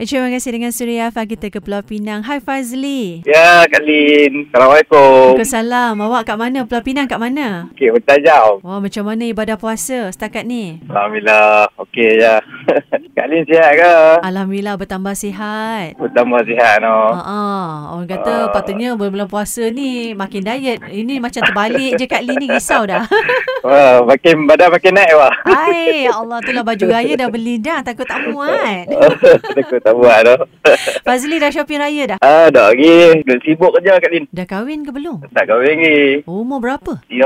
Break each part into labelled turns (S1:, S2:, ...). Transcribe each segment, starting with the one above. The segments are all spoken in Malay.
S1: Eh, terima kasih dengan Suriafa kita ke Pulau Pinang. Hai Fazli.
S2: Ya, Kak Lin. Assalamualaikum.
S1: Waalaikumsalam. Awak kat mana? Pulau Pinang kat mana?
S2: Okey, hutan jauh.
S1: Wah, macam mana ibadah puasa setakat ni?
S2: Alhamdulillah. Okey ya. Kak Lin sihat ke?
S1: Alhamdulillah bertambah sihat.
S2: Bertambah
S1: Ha
S2: sihat no.
S1: ah, orang kata patutnya bulan-bulan puasa ni makin diet. Ini macam terbalik je Kak Lee ni risau dah.
S2: Wah, makin badan makin naik wah.
S1: Hai, ya Allah tu lah baju raya dah beli dah, takut tak muat.
S2: Takut tak buat no.
S1: Fazli dah shopping raya dah.
S2: Ah, dah lagi. Duk sibuk kerja Kak Lin.
S1: Dah kahwin ke belum?
S2: Tak kahwin lagi.
S1: Umur berapa?
S2: 36.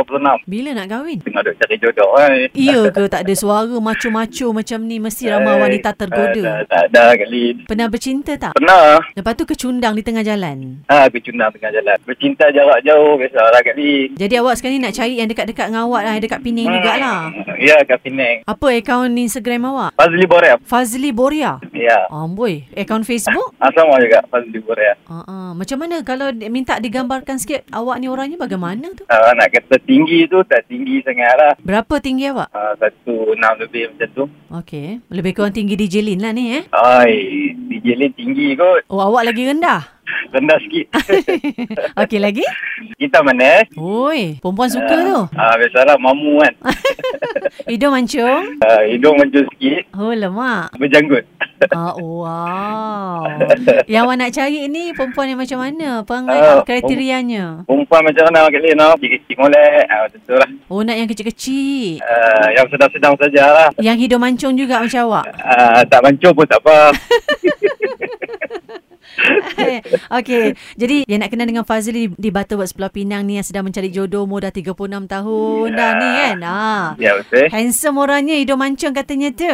S1: Bila nak kahwin?
S2: Tengah duk cari jodoh kan.
S1: Iya ke tak ada suara macu-macu macam ni mesti
S2: Eh,
S1: ramai wanita tergoda.
S2: Tak, tak ada Kak Lin.
S1: Pernah bercinta tak?
S2: Pernah.
S1: Lepas tu kecundang di tengah jalan.
S2: Ha, aku cundang tengah jalan. Bercinta jarak jauh biasalah Kak Lin.
S1: Jadi awak sekarang ni nak cari yang dekat-dekat dengan awak lah, yang dekat
S2: Hmm.
S1: Pening jugalah.
S2: Ya, kat Penang.
S1: Apa akaun Instagram awak?
S2: Fazli Borel.
S1: Fazli Boria.
S2: Ya.
S1: Amboi, akaun Facebook?
S2: Ah, sama juga ya. Fazli Borel.
S1: Uh, uh. Macam mana kalau di- minta digambarkan sikit awak ni orangnya bagaimana tu?
S2: Kalau nak Ah, kata tinggi tu tak tinggi sangat lah.
S1: Berapa tinggi awak?
S2: Uh, satu enam lebih macam tu.
S1: Okey, lebih kurang tinggi DJ Lin lah ni eh.
S2: Ai, DJ Lin tinggi kot.
S1: Oh, awak lagi rendah.
S2: Rendah sikit.
S1: Okey lagi?
S2: Kita mana? eh?
S1: Oi, perempuan suka tu.
S2: Ah, biasalah mamu kan.
S1: Hidung mancung.
S2: Ah, hidung mancung sikit.
S1: Oh, lemak.
S2: Berjanggut.
S1: Ah, wow. Yang awak nak cari ni perempuan yang macam mana? Perangai
S2: Ah,
S1: kriterianya.
S2: Perempuan macam mana Kak Lin? No? Kecil-kecil molek. Ah, macam tu lah.
S1: Oh, nak yang kecil-kecil.
S2: Ah, yang sedang-sedang sajalah.
S1: Yang hidung mancung juga macam awak.
S2: Ah, tak mancung pun tak apa.
S1: Okey. Jadi yang nak kenal dengan Fazli di, di Butterworth Pulau Pinang ni yang sedang mencari jodoh umur dah 36 tahun dah ni kan. Ha.
S2: ya, betul.
S1: Handsome orangnya hidung mancung katanya tu.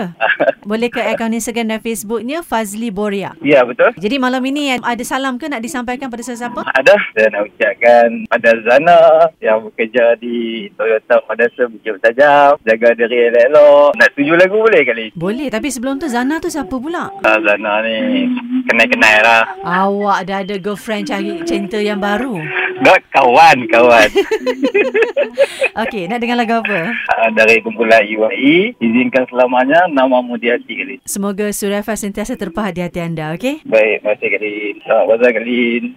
S1: Boleh ke akaun Instagram dan Facebooknya Fazli Boria.
S2: Ya, betul.
S1: Jadi malam ini ada salam ke nak disampaikan pada sesiapa?
S2: Ada. Saya nak ucapkan pada Zana yang bekerja di Toyota Madasa Bukit Tajam. Jaga diri elok-elok. Nak tuju lagu boleh kali?
S1: Boleh tapi sebelum tu Zana tu siapa pula?
S2: Ah, Zana ni kenal-kenal lah.
S1: Awak dah ada girlfriend cari cinta yang baru.
S2: Dah kawan-kawan.
S1: Okey, nak dengar lagu apa?
S2: Ah, dari kumpulan UAE. Izinkan selamanya nama Mudiati kali.
S1: Semoga Surafa sentiasa terpahat di hati anda, okey?
S2: Baik, terima kasih kali. Selamat pasal kali.